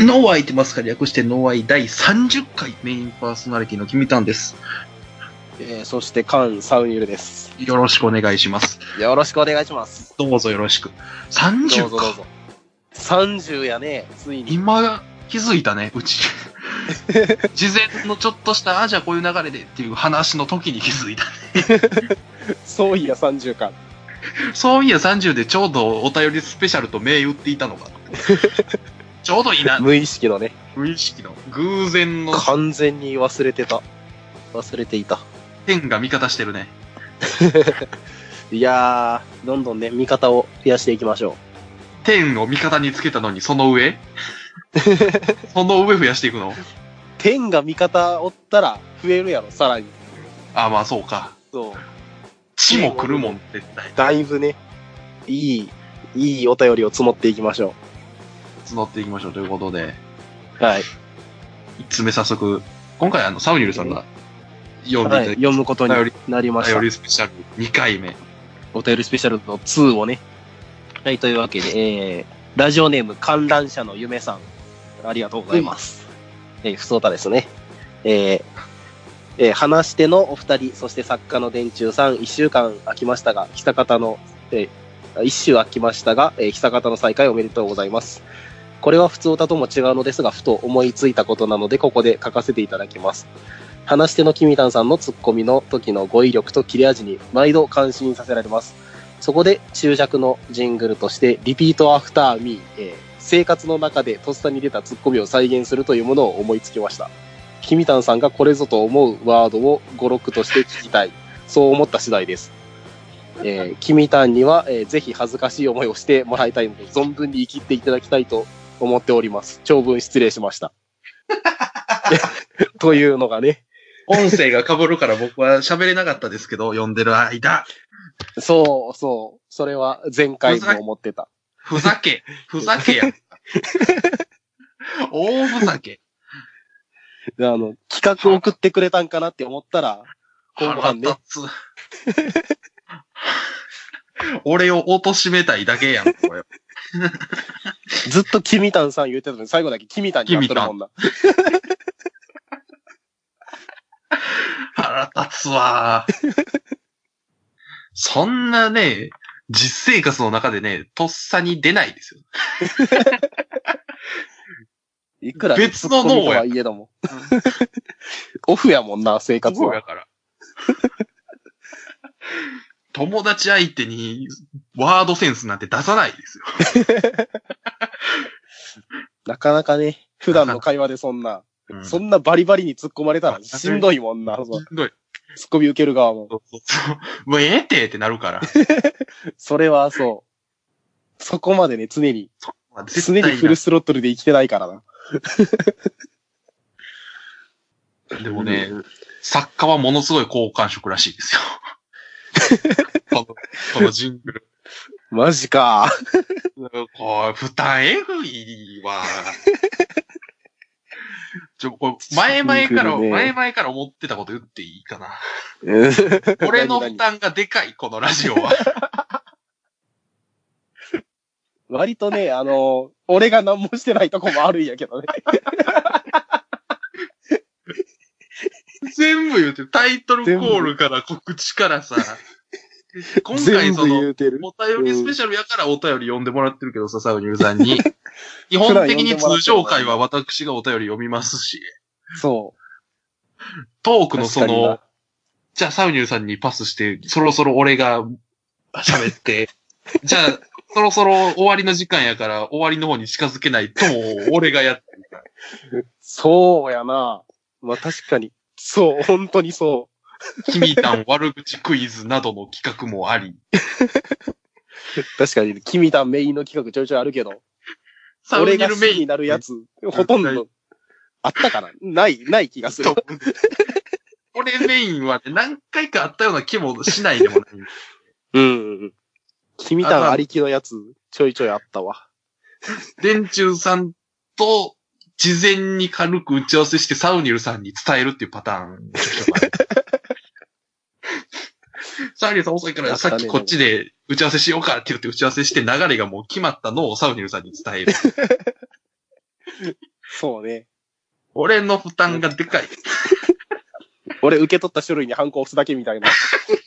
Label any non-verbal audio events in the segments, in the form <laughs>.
ノーアイってますか略してノーアイ第30回メインパーソナリティの君たんです。えーそして、カン・サウニルです。よろしくお願いします。よろしくお願いします。どうぞよろしく。どう30ぞどうか。ぞ。30やね、ついに。今気づいたね、う <laughs> ち。事前のちょっとした、あ、じゃあこういう流れでっていう話の時に気づいた。そういや、30か。そういや30でちょうどお便りスペシャルと銘打っていたの <laughs> か。ちょうどいいな。無意識のね、無意識の偶然の完全に忘れてた。忘れていた。点が味方してるね。いやー、どんどんね、味方を増やしていきましょ天を味方につけたのに、その <laughs> 上その上増やしていくのう。天が味方おったら増えるやろ、さらに。あ、まあそうか。そう。地も来るもん、絶対。だいぶね、いい、いいお便りを募っていきましょ募っていきましょうということで、う。はい。一つ目早速、今回あの、サウニルさんが読んではいい、ただい読むことになりまた、しよた。りスペシャル2回目。お便りスペシャルの2をね。はい、というわけで、えー、ラジオネーム観覧車の夢さん、ありがとうございます。えー、ふそうたですね。えーえー話してのお二人、そして作家の電柱さん、一週間空きましたが、久方の、えー一週空きましたが、えー久方の再会おめでとうございます。これは普通歌とも違うのですが、ふと思いついたことなので、ここで書かせていただきます。話し手のキミタンさんのツッコミの時の語彙力と切れ味に毎度感心させられます。そこで注釈のジングルとして、リピートアフターミー、えー生活の中でとっさに出たツッコミを再現するというものを思いつきました。キミタンさんがこれぞと思うワードを語録として聞きたい。そう思った次第です。えー、キミタンには、えーぜひ恥ずかしい思いをしてもらいたいので、存分に生きていただきたいと思っております。長文失礼しました。 <laughs> というのがね、音声が被るから僕は喋れなかったですけど、読んでる間、そうそう。それは前回も思ってた。ふざけ、ふざけ <laughs> や。大ふざけ。であの、企画送ってくれたんかなって思っ <laughs> たら、後腹半ね立つ。俺を貶めたいだけやん、これ。ずっとキミタンさん言ってたのに、最後だけキミタンになってるもんな。腹立つわ <laughs> ー。そんなね、実生活の中でね、とっさに出ないですよ。いくら、別の脳やとはいえども。オフやもんな、生活そうは。やから。 <laughs> 友達相手にワードセンスなんて出さないですよ。なかなかね、普段の会話でそんな、うんそんなバリバリに突っ込まれたらしんどいもんな、そうしんどい。突っ込み受ける側も。そうそうそうもうええってってなるから。それはそう。そこまでね、常に、まあ絶常に対フルなスロットルで生きてないからな。でもね、作家はものすごい好感触らしいですよ。 <laughs> この、このジングル。マジか。こう、負担えぐい <laughs> わ。ちょ、これ、前々から、シンプルね前々から思ってたこと言っていいかな。うん俺の何負々担がでか <laughs> い、このラジオは。割とね、あの、俺が何もしてないとこもあるんやけどね。全部言ってる、タイトルコールから告知からさ。今回全そ部言の、うてる。お便りスペシャルやからお便り読んでもらってるけどさ、サウニルさん <laughs> に。基本的に通常会は私がお便り読みますし、そトーう。クのそ確かにのな、、じゃあサウニルさんにパスして、そろそろ俺が喋 <laughs> って、じゃあ、そろそろ終わりの時間やから終わりの方に近づけないと、俺がやってるから。そうやな。まあ確かに。そう、本当にそ君たん悪口クイズなどの企画もあり、う。確かに、君たメインの企画ちょいちょいあるけど、サウニ俺がル好きメイにンなるやつ、ほとんど、あったかなない、ない気がすると。、俺メインはね、何回かあったような気もしないでもない。うん。君たありきのやつ、ちょいちょいあったわ。電柱さんと、事前に軽く打ち合わせしてサウニルさんに伝えるっていうパターン。 <laughs> サウニルさん遅いから、さっきこっちで打ち合わせしようかって言って打ち合わせして流れがもう決まったのをサウニルさんに伝える。そうね。俺の負担がでかい。俺受け取った書類にハンコ押すだけみたいな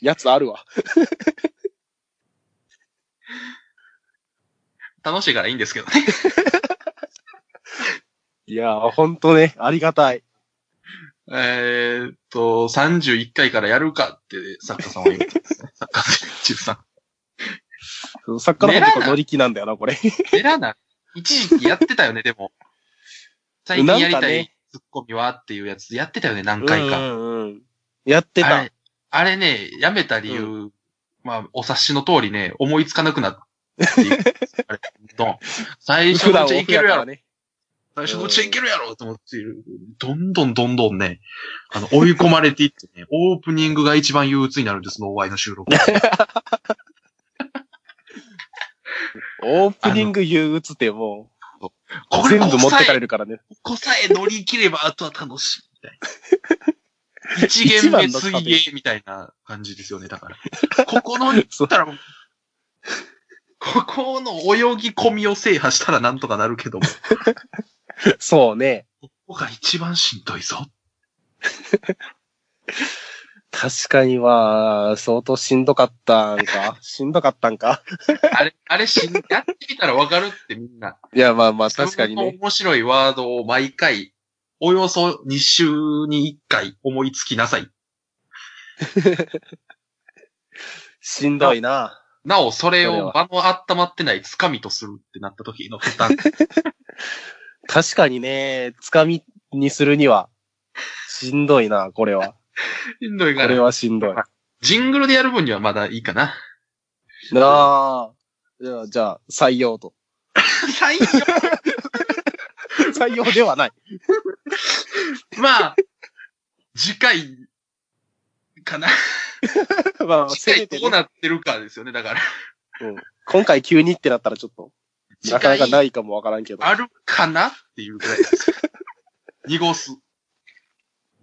やつあるわ。楽しいからいいんですけどね。いやー、ほんとね、ありがたい。えーっと、31回からやるかって作家さんは言ってますね。作家チーフさ作家の方と乗り気なんだよな、これ。ん。エラな、一時期やってたよね、でも。最近やりなんかたいねツッコミはっていうやつやってたよね、何回か。うんうんうんやってあた。れあれね、やめた理由、まあ、お察しの通りね、思いつかなくなって <laughs> いうあれどん最初普の段うちはいオフけやるかやろら。ね。最初のうちはいけるやろと思ってる。どんどんどんどんね、あの、追い込まれていってね、オープニングが一番憂鬱になるんです、そのお会いの収録。オープニング憂鬱ってもこう、れ全も部持ってかれる。るからね。ここさえ乗り切れば、あとは楽しい。みたいな。一限目水泳みたいな感じですよね、だ <laughs> から。ここの、そうたらもう、ここの泳ぎ込みを制覇したらなんとかなるけども、こそうね。こが一番しんどいぞ。確かには、相当しんどかった <laughs> んか。しんどかったんか。あれ、あれしん、やってみたらわかるってみんな。いや、まあまあ、確かにそのね。面白いワードを毎回、およそ2週に1回思いつきなさい。しんどいな。なお、それそれをは場の温まってないつかみとするってなった時の負 <laughs> 担。確かにね、つかみにするには、しんどいな、これは。しんどいこかれら。は <laughs> しんどい。なジングルでやる分にはまだいいかな。あ。じゃあ、じゃあ採用と。最初採用で <laughs> はない。まあ、次回、かな。まあ、せ次めて回ね、どうなってるかですよね、だから。うん今回急にってなったらちょっと、なかなか次回ないかもわからんけど。あるかなっていうぐらいです。濁す。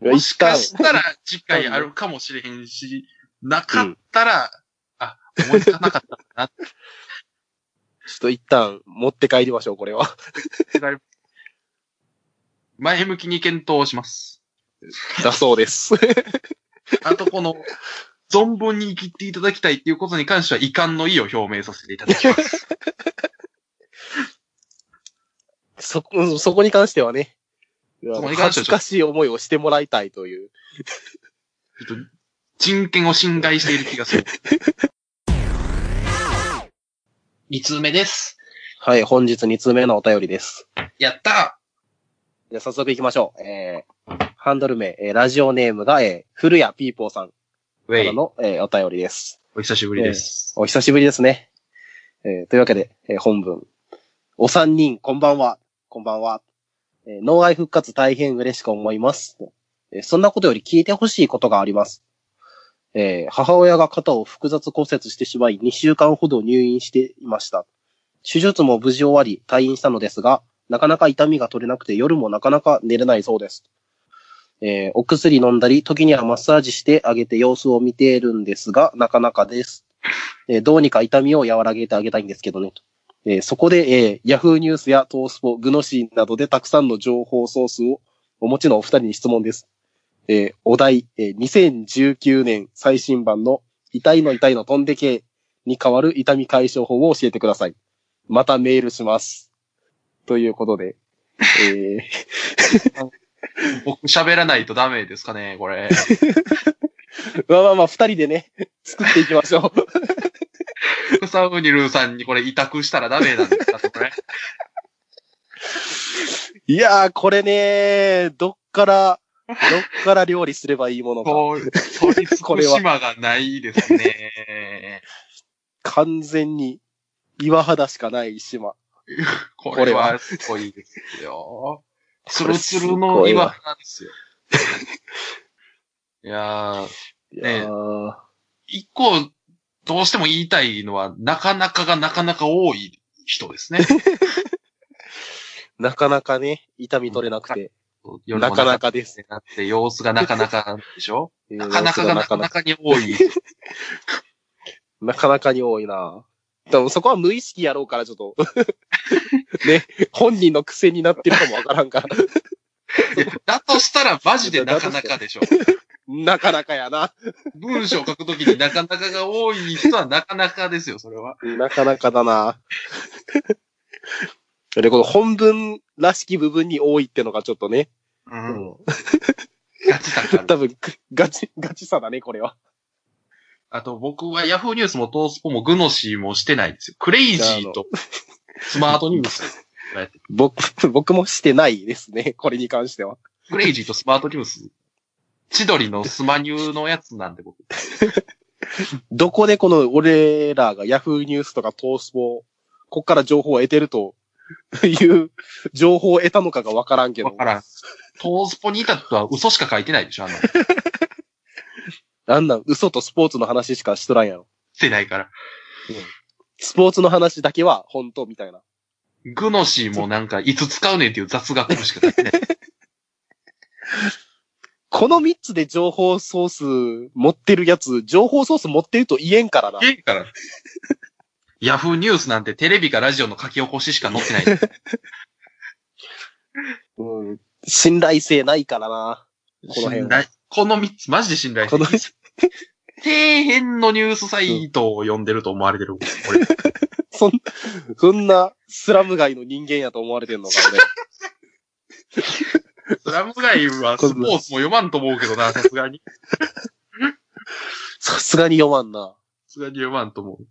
いやもし一か旦、したら次回あるかもしれへんし、なかったら、あ、思いつかなかったんだなっちょっと一旦持って帰りましょう、これは。 <laughs> てなり <laughs> ます。前向きに検討します。だそうです。あとこの、存分に生きていただきたいっていうことに関しては遺憾の意を表明させていただきます。 <laughs> そこ、うんそこに関してはね、そこに関して恥はずちょっとかしい思いをしてもらいたいという。ちょっと人権を侵害している気がする。2通目です。はい、本日2通目のお便りです。やったじゃあ早速行きましょう。えー、ハンドル名、えーラジオネームが、えー、古谷ピーポーさんかウェらイ。の、えーお便りです。お久しぶりです。お久しぶりですね。えーというわけで、えー本文。お三人、こんばんは。こんばんは。えー、脳愛復活大変嬉しく思います。えーそんなことより聞いてほしいことがあります。えー母親が肩を複雑骨折してしまい、2週間ほど入院していました。手術も無事終わり、退院したのですが、なかなか痛みが取れなくて夜もなかなか寝れないそうです。えーお薬飲んだり、時にはマッサージしてあげて様子を見ているんですが、なかなかです。えーどうにか痛みを和らげてあげたいんですけどね。えーそこで、えー、Yahoo ニュースやトースポ、グノシーなどでたくさんの情報ソースをお持ちのお二人に質問です。えーお題、えー2019年最新版の痛いの痛いの飛んでけに代わる痛み解消法を教えてください。またメールします。ということで、えー僕喋らないとダメですかね、これ。 <laughs> まあまあまあ、二人でね、作っていきましょう。草ウニルーさんにこれ委託したらダメなんですかこれ。いやー、これねどっから、どっから料理すればいいものか。そう、取り尽こくれは島がないですね。完全に岩肌しかない島。ここれれははすごいです <laughs> よ。ツこれルツルの岩肌ですよ。いやー、いねえやー一個、どうしても言いたいのは、なかなかがなかなか多い人です <laughs> ね。なかなかね、痛み取れなくて、夜もなかなかです。なって、様子がなかなかなんでしょえーなかなかがなかなかに多い。なかなかに多いなでもそこは無意識やろうから、ちょっと。 <laughs> ね、本人の癖になってるかもわからんから。 <laughs> だとしたらマジでなかなかでしょ。なかなかやな。文章を書くときになかなかが多い人はなかなかですよ、それは。なかなかだな。 <laughs> で、この本文らしき部分に多いってのがちょっとね、うん。ガチだから。多分、くガチ、ガチさだね、これは。あと僕はヤフーニュースもトースポもグノシーもしてないんですよ。クレイジーとスマートニュース。僕、僕もしてないですね、これに関しては。クレイジーとスマートニュース。千鳥のスマニューのやつなんで僕。どこでこの俺らが Yahoo ニュースとかトースポ、こっから情報を得てるという情報を得たのかがわからんけわどか、らん。トースポに至っては嘘しか書いてないでしょ、あんなの。しあんなん嘘とスポーツの話しかしとらんやろ。てないから。スポーツの話だけは本当みたいな。グノシーもなんか、いつ使うねんっていう雑学しか書いてない。この3つで情報ソース持ってるやつ、情報ソース持ってると言えんからな。いいから。ヤフーニュースなんてテレビかラジオの書き起こししか載ってない。うん、信頼性ないからな。この辺信頼この三つ、マジで信頼してこるの、底辺のニュースサイトを読んでると思われてる。俺そん、そんなスラム街の人間やと思われてんのか、 <laughs> 俺。スラム街はスポーツも読まんと思うけ <laughs> どな、さすがに。さすがに読まんな。さすがに読まんと思う。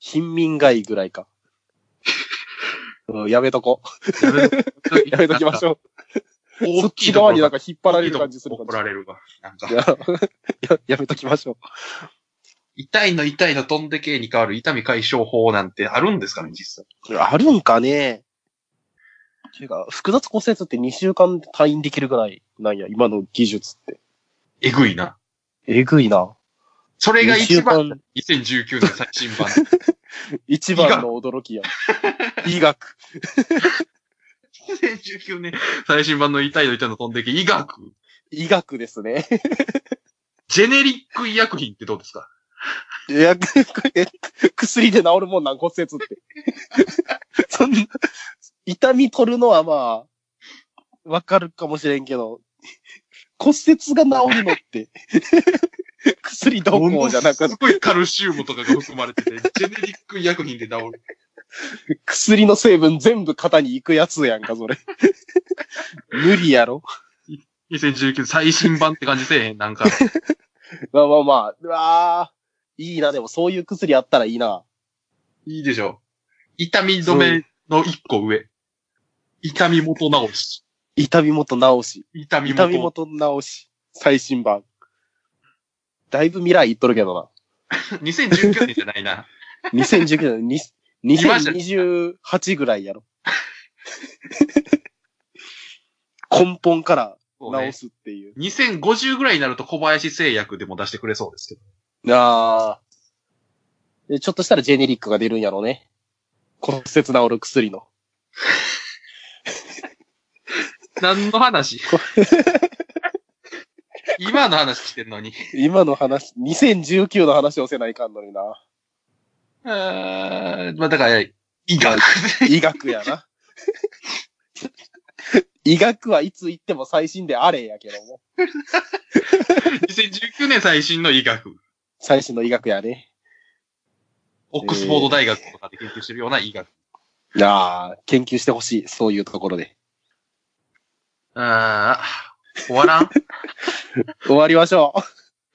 貧民街ぐらいか。 <laughs> うん、やめとこ。やめやめときましょょう。う。そ大っきいちと側こになんろか引っ張られる大感きじいすとるこか怒ら。られるわ。なんいか、やややめときましょ痛いの痛いの飛んでけに変わる痛み解消法なんてあるんですかね、実際。う。あるんかねていうか、複雑骨折って2週間で退院できるぐらいなんや、今の技術って。えぐいな。えぐいな。それが二週一番、間2019年最新 <laughs> 版。一番の驚 <laughs> きや。医学。 2019年最新版の痛いの痛いの飛んでけ医学。医学ですね。ジェネリック医薬品ってどうですかいや、くえ薬で治るもんなん、骨折って。 <laughs> そんな、痛み取るのはまあ、わかるかもしれんけど、骨折が治るのって、 <laughs> 薬どうこうじゃなくものすごいカルシウムとかが含まれてて、ジェネリック医薬品で治る。て、薬の成分全部肩に行くやつやんか、それ。 <laughs> 無理やろ2019最新版って感じせえへん、なんか。まあまあまあ、うわーいいな、でもそういう薬あったらいいな。いいでしょ。痛み止めの一個上。痛み元直し。痛み元治し。痛み元。痛み元治し。最新版。だいぶ未来言っとるけどな。 2019年じゃないな。 <laughs> 2019年、に今じゃ2028ぐらいやろ。根本からそうね直すっていう。 2050ぐらいになると小林製薬でも出してくれそうですけど。ああ。でちょっとしたらジェネリックが出るんやろね。骨折治る薬の。 <laughs> 何の話 <laughs> 今の話してるのに。今の話、2019の話をせないかんのにな。あーまあだから、医 <laughs> 学。医学やな。医学はいつ行っても最新であれやけども。 2019年最新の医学。最新の医学やね。オックスフォード大学とかで研究してるような医学。ああ、研究してほしい。そういうところで。あー終わらん終わりましょう。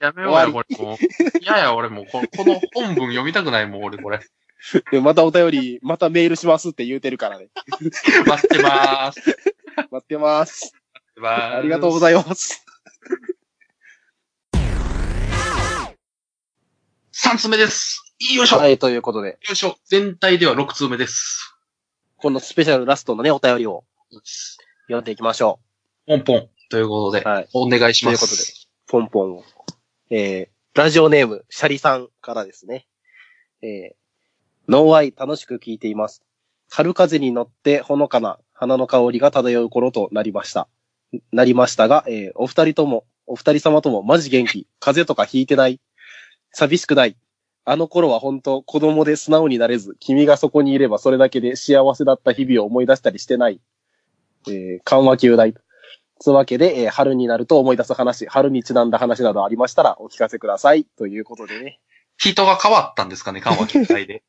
やめようや、これもう。いやや、俺もうこ、 <laughs> この本文読みたくないもん、俺、これ。で、またお便り、またメールしますって言うてるからね。待ってまーす。待って待ってます。まーす。ありがとうございます。 3つ目です。よいしょ、はい、ということで、よいしょ。全体では6通目です。このスペシャルラストのね、お便りを読んでいきましょポンポン。ということで、う。はい。お願いします。ということポンポンを。えー、ラジオネーム、シャリさんからですね。えー、ノーアイ楽しく聞いています。春風に乗ってほのかな花の香りが漂う頃となりました。なりましたが、えー、お二人とも、お二人様ともマジ元気。風邪とかひいてない。寂しくない。あの頃は本当子供で素直になれず、君がそこにいればそれだけで幸せだった日々を思い出したりしてない。えー緩和球大。つうわけで、えー春になると思い出す話、春にちなんだ話などありましたらお聞かせください。ということでね。人が変わったんですかね、緩和球大 <laughs> で。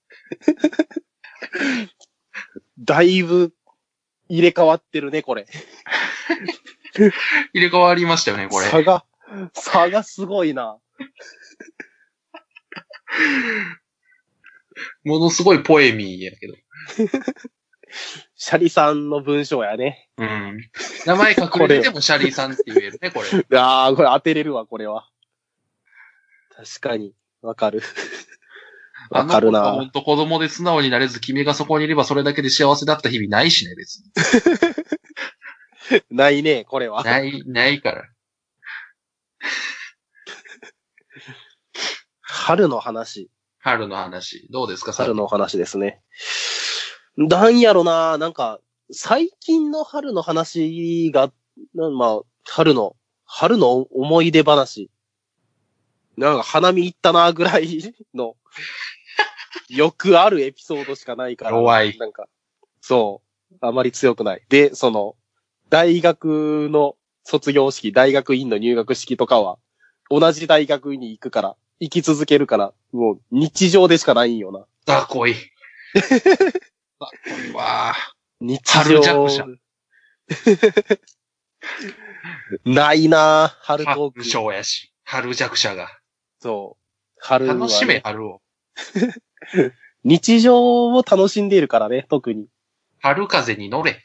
だいぶ入れ替わってるね、これ。入れ替わりましたよね、これ。差が、差がすごいな。ものすごいポエミーやけど。シャリさんの文章やね。うん。名前隠れててもシャリーさんって言えるね、これ。ああ、これ当てれるわ、これは。確かに、わかる。わかるあの子はな。本当子供で素直になれず、君がそこにいればそれだけで幸せだった日々ないしね、別に。ないね、これは。ない、ないから。春の話。春の話。どうですか、春の。のお話ですね。なんやろな、なんか、最近の春の話が、なまあ、春の、春の思い出話。なんか、花見行ったな、ぐらいの、 <laughs> よくあるエピソードしかないから。弱いなんか、そう、あまり強くない。で、その、大学の卒業式、大学院の入学式とかは、同じ大学に行くから、行き続けるから、もう日常でしかないんよな。だこ <laughs> い。だこいわー。日春弱者。 <laughs> ないなぁ、春トー春ク。章やし。春弱者が。そう。春はね、楽しめ、春を。日常を楽しんでいるからね、特に。春風に乗れ。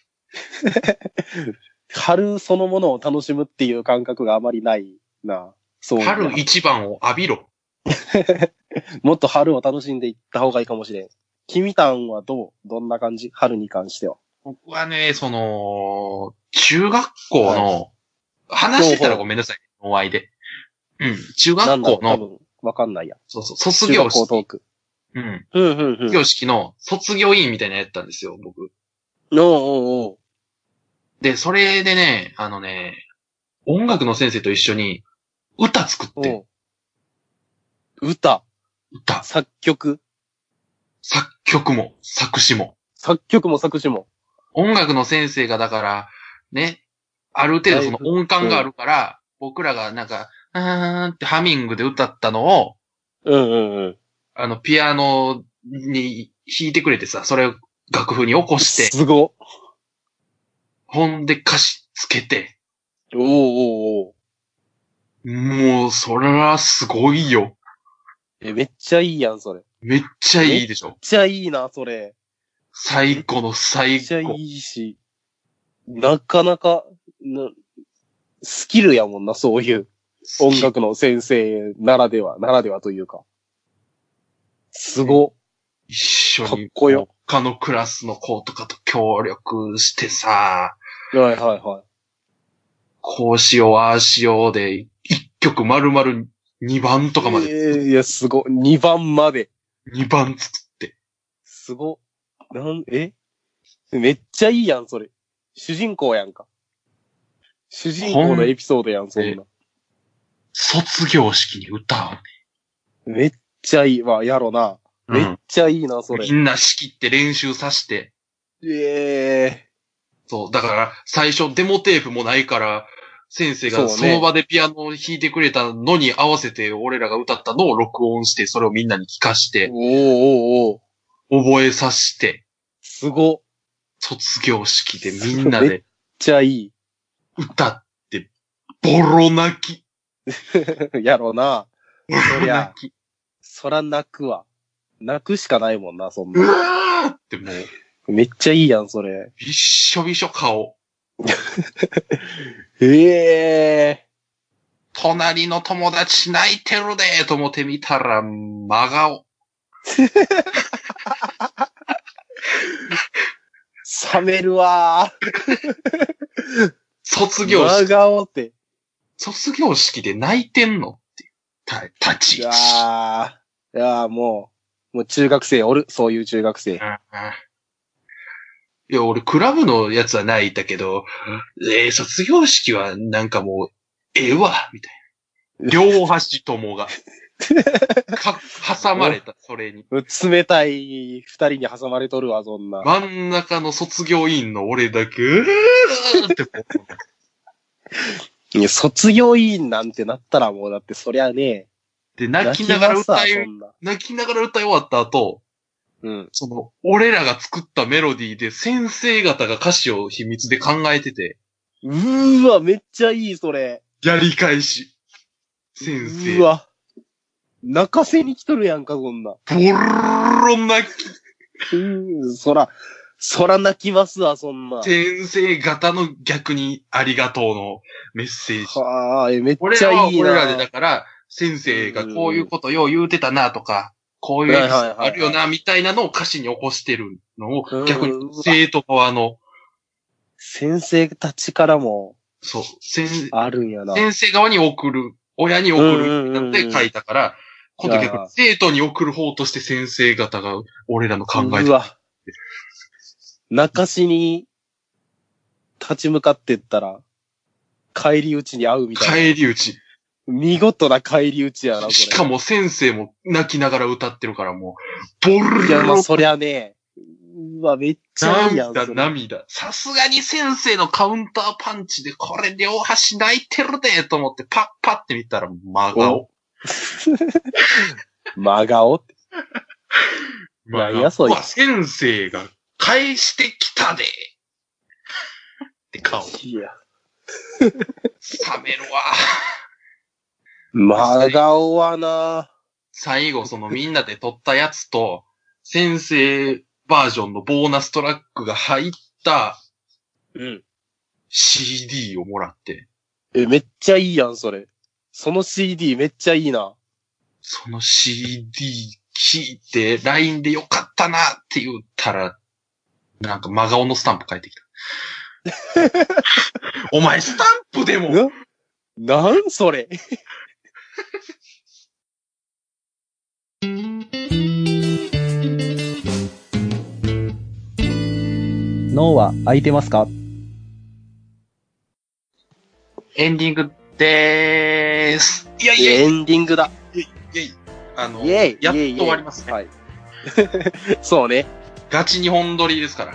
春そのものを楽しむっていう感覚があまりないなそう。春一番を浴びろ。もっと春を楽しんでいった方がいいかもしれん。君たんはどうどんな感じ春に関しては。僕はね、その、中学校の、話してたらごめんなさい。お会いで。うん。中なん学校だろう多の、分、わかんないや。そうそう、卒中業学校トー式。ク。うん。うん、うん、うん。卒業式の卒業委員みたいなのやったんですよ、僕。おうおうおうで、それでね、あのね、音楽の先生と一緒に、歌作って、おう歌、歌、作曲、作曲も、作詞も。作曲も作詞も。音楽の先生がだから、ね、ある程度その音感があるから、僕らがなんか、うーんってハミングで歌ったのを、うんうんうん。あの、ピアノに弾いてくれてさ、それを楽譜に起こして、すご。ほんで歌詞つけて、おうおうおうもう、それはすごいよ。え、めっちゃいいやん、それ。めめっっちゃいいでしょ。ちゃいいな、それ。最高のめ最っちゃい高。いし。なかなか、な、スキルやもんな、そういう。音楽の先生ならでは、ならではというか。すご。一緒かっに、こよ他のクラスの子とかと協力してさ、はいはいはこうしよう、ああしようで、一曲丸々2番とかまい。で、えーいや、すご。2番まで。 2番作って。すご。なん、えめっちゃいいやん、それ。主人公やんか。主人公のエピソードやん、そんな。卒業式に歌めっちゃいい。わ、やろな。うめっね。ちゃいいな、そうん。れみ。んな仕切って練習させて、えそう、だから、最初デモテープもないから、先生そうがねその場でピアノを弾いてくれたのに合わせて、俺らが歌ったのを録音して、それをみんなに聞かしえて、おおおお覚えさせて、すご。めっ卒業式でみんなでちゃいい。 <laughs> 歌って、ボロ泣き。やろな。ボロそりゃ泣き。そら泣くわ。泣くしかないもんな、そんうな。わーってもう、めっちゃいいやん、それ。びっしょびしょ顔。ええ隣の友達泣いてるでーと思ってみたら、真顔。冷めるわ卒ー。業真式、顔って。卒業式で泣いてんのっていう。た、立ち位いや置。ー。いやーもう、もう中学生おる。そういう中学生。いや、俺、クラブのやつは泣いたけど、えー卒 <laughs> 業式はなんかもう、ええわ、みたいな。両端ともが。か、挟まれた、それに。冷たい二人に挟まれとるわ、そんな。真ん中の卒業委員の俺だけ、うーってこう、いや卒業委員なんてなったらもうだってそりゃね、で、泣きながら歌泣きますわいそ、んな。泣きながら歌い終わった後、うん。その、俺らが作ったメロディーで先生方が歌詞を秘密で考えてて、うーわ、めっちゃいい、それ。やり返し。先生う、わ。泣かせに来とるやんか、そんな。うボロ泣き、ーん、そら、そら泣きますわ、そんな。先生方の逆にありがとうのメッセージ。はあ、え、めっ俺ちゃらはいいな。俺らでだから、先生がこういうことよう言うてたなとか、こういうエピソードはいはいはいはいあるよなみたいなのを歌詞に起こしてるのをうん、逆に生徒側の、先生たちからもそう、先あるんやな。先生側に送る、親に送るなんて書いたから、今度逆に生徒に送る方として先生方が俺らの考えうて、わ。泣かしに立ち向かってったら、帰り討ちに会うみたいな。帰り討見事な帰り討ちやな、これ。ち。しかも先生も泣きながら歌ってるからもう、ボルいや、まあ、ロそりゃね、うわ、めっちゃいいやん。涙、それ涙。さすがに先生のカウンターパンチで、これ両端泣いてるでと思って、パッパって見たら、真顔。真顔って。真何やそ顔。いうわ、先生が返してきたでって顔。いや。冷めるわ。真顔はな、最後、そのみんなで撮ったやつと、先生バージョンのボーナストラックが入ったうん。 CD をもらって、え、めっちゃいいやん、それ。その CD めっちゃいいな。その CD 聞いて、LINE でよかったなって言ったら、なんか真顔のスタンプ返って <laughs> きた。お前スタンプでも、な、なんそれ。 <laughs> 脳は空いてますかエンディングでーす。いやいやいエンディングだ。やいや、あの、イェイやっとイェイイェイ終わりますね。はい。 <laughs> そうね。ガチ日本撮りですから。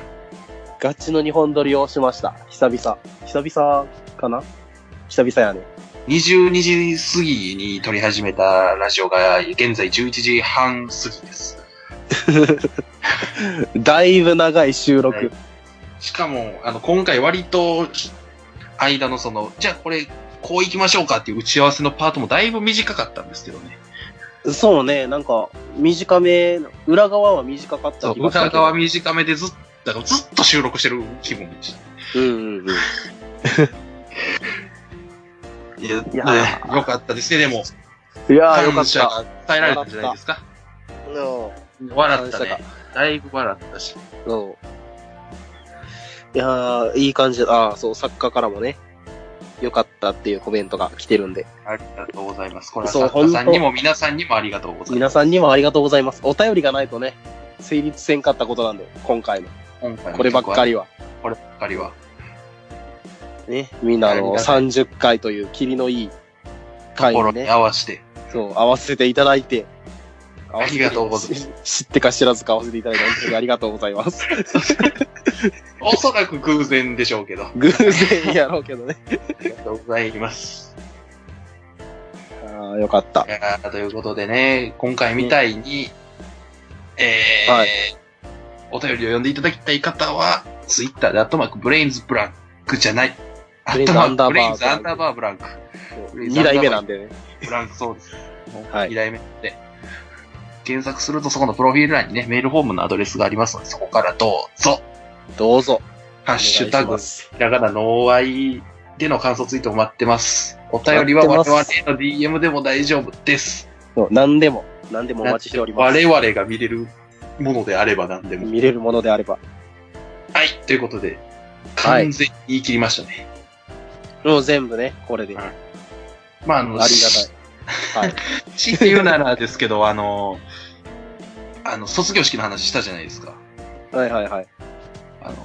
ガチの日本撮りをしました。久々。久々かな久々やね。 22時過ぎに撮り始めたラジオが、現在11時半過ぎです。だいぶ長い収録。はいしかも、あの、今回割と、間のその、じゃあこれ、こう行きましょうかっていう打ち合わせのパートもだいぶ短かったんですけどね。そうね、なんか、短め、裏側は短かったそう、気がした歌けど川短めでずっと、だからずっと収録してる気分でしうんうんうん。た。いや、いやーねよかったですね、でも。いやー、よか感っ謝た。が伝えられたんじゃないですか。笑った感ね。だいぶ笑ったし。そう。いやー、いい感じだ。ああー、そう、作家からもね、よかったっていうコメントが来てるんで、ありがとうございます。これはそう作家さんにも皆さんにもありがとうございます。皆さんにもありがとうございます。お便りがないとね、成立せんかったことなんで、今回の。今回のこればっかりは。曲は。こればっかりは。ね、みんなあの、ありがた30回という、霧のいい回心ににね、合わせて。そう、合わせていただいて。あ。りがとうございます知ってか知らずか合わせていただいて、本当にありがとうござい <laughs> ます。おそらく偶然でしょうけど。あ偶然やろうけどね。りがとうございます。ああ、よかったい。やーということでね、今回みたいに、えーはいお便りを読んでいただきたい方は、ツイッターでアットマークブレインズブランクじゃない。アブレイッントマズークブレインズアアンンダダーバーブランク。二代目なんでね。ブランクそうです。はい2代目で。検索するとそこのプロフィール欄にね、メールフォームのアドレスがありますので、そこからどうぞ。どうぞ。ハッシュタお願グいしますひらがなのあいでの感想ツイートも待ってます。お便りは我待って々まへすの DM でも大丈夫です。そう何でも、何でもお待ちしておりま我す。々が見れるものであれば何でも。見れるものであれば。はい、ということで、はい完全に言い切りましたね。もう全部ね、これで。はあいまあ、あの、りがたい。はい。し強いて言うならですけど、あの、あの、卒業式の話したじゃないですか。はいはいはい。あの、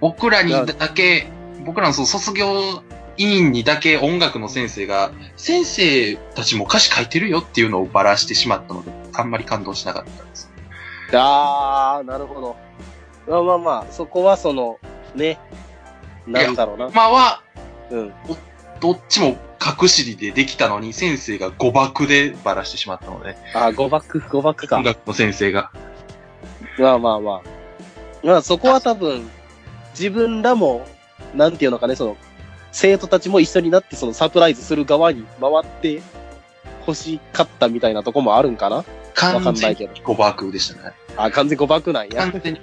僕らにいやだけ、僕らのその卒業委員にだけ音楽の先生が、先生たちも歌詞書いてるよっていうのをばらしてしまったので、あんまり感動しなかったです。あー、なるほど。まあまあまあ、そこはその、ね、なんだろうな。今は、うん。どっちも隠しりでできたのに、先生が誤爆でばらしてしまったので、あー、誤爆、誤爆か音。楽の先生が。まあまあまあ。まあそこは多分、自分らも、なんていうのかね、その、生徒たちも一緒になって、そのサプライズする側に回って欲しかったみたいなとこもあるんかなわか完んな全いけにど誤爆でしたね。あ、完全誤爆なんや。完全に、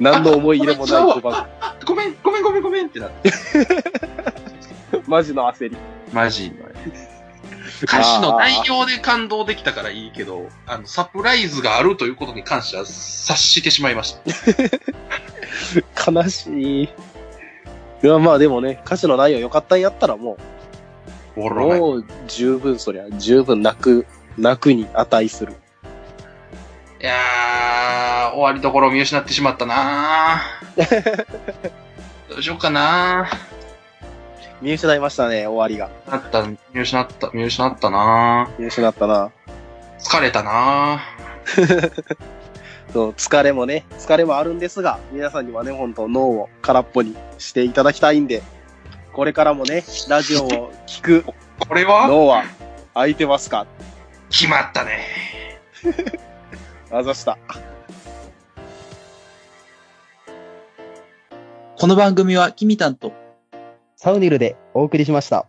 何の思い入れもない誤爆。ごめん、ごめん、ごめん、ごめんってなって。マジの焦り。マジの。歌詞の内容で感動できたからいいけど、あの、サプライズがあるということに関しては察してしまいました。悲しい。いや、まあでもね、歌詞の内容良かったんやったらもボう、ロがもう十分そりゃ、十分泣く、泣くに値する。いやー、終わりどころを見失ってしまったな <laughs> ーどうしようかな見失いましたね、終わりが。ー。なった、見失った、見失ったな見失ったな。ー。疲れたなそう、疲れもね、疲れもあるんですが、皆さんにはね、ほんと脳を空っぽにしていただきたいんで、これからもね、ラジオを聞くー。これは脳は空いてますか決まったね。あざした。この番組はキミタンとサウニルでお送りしました。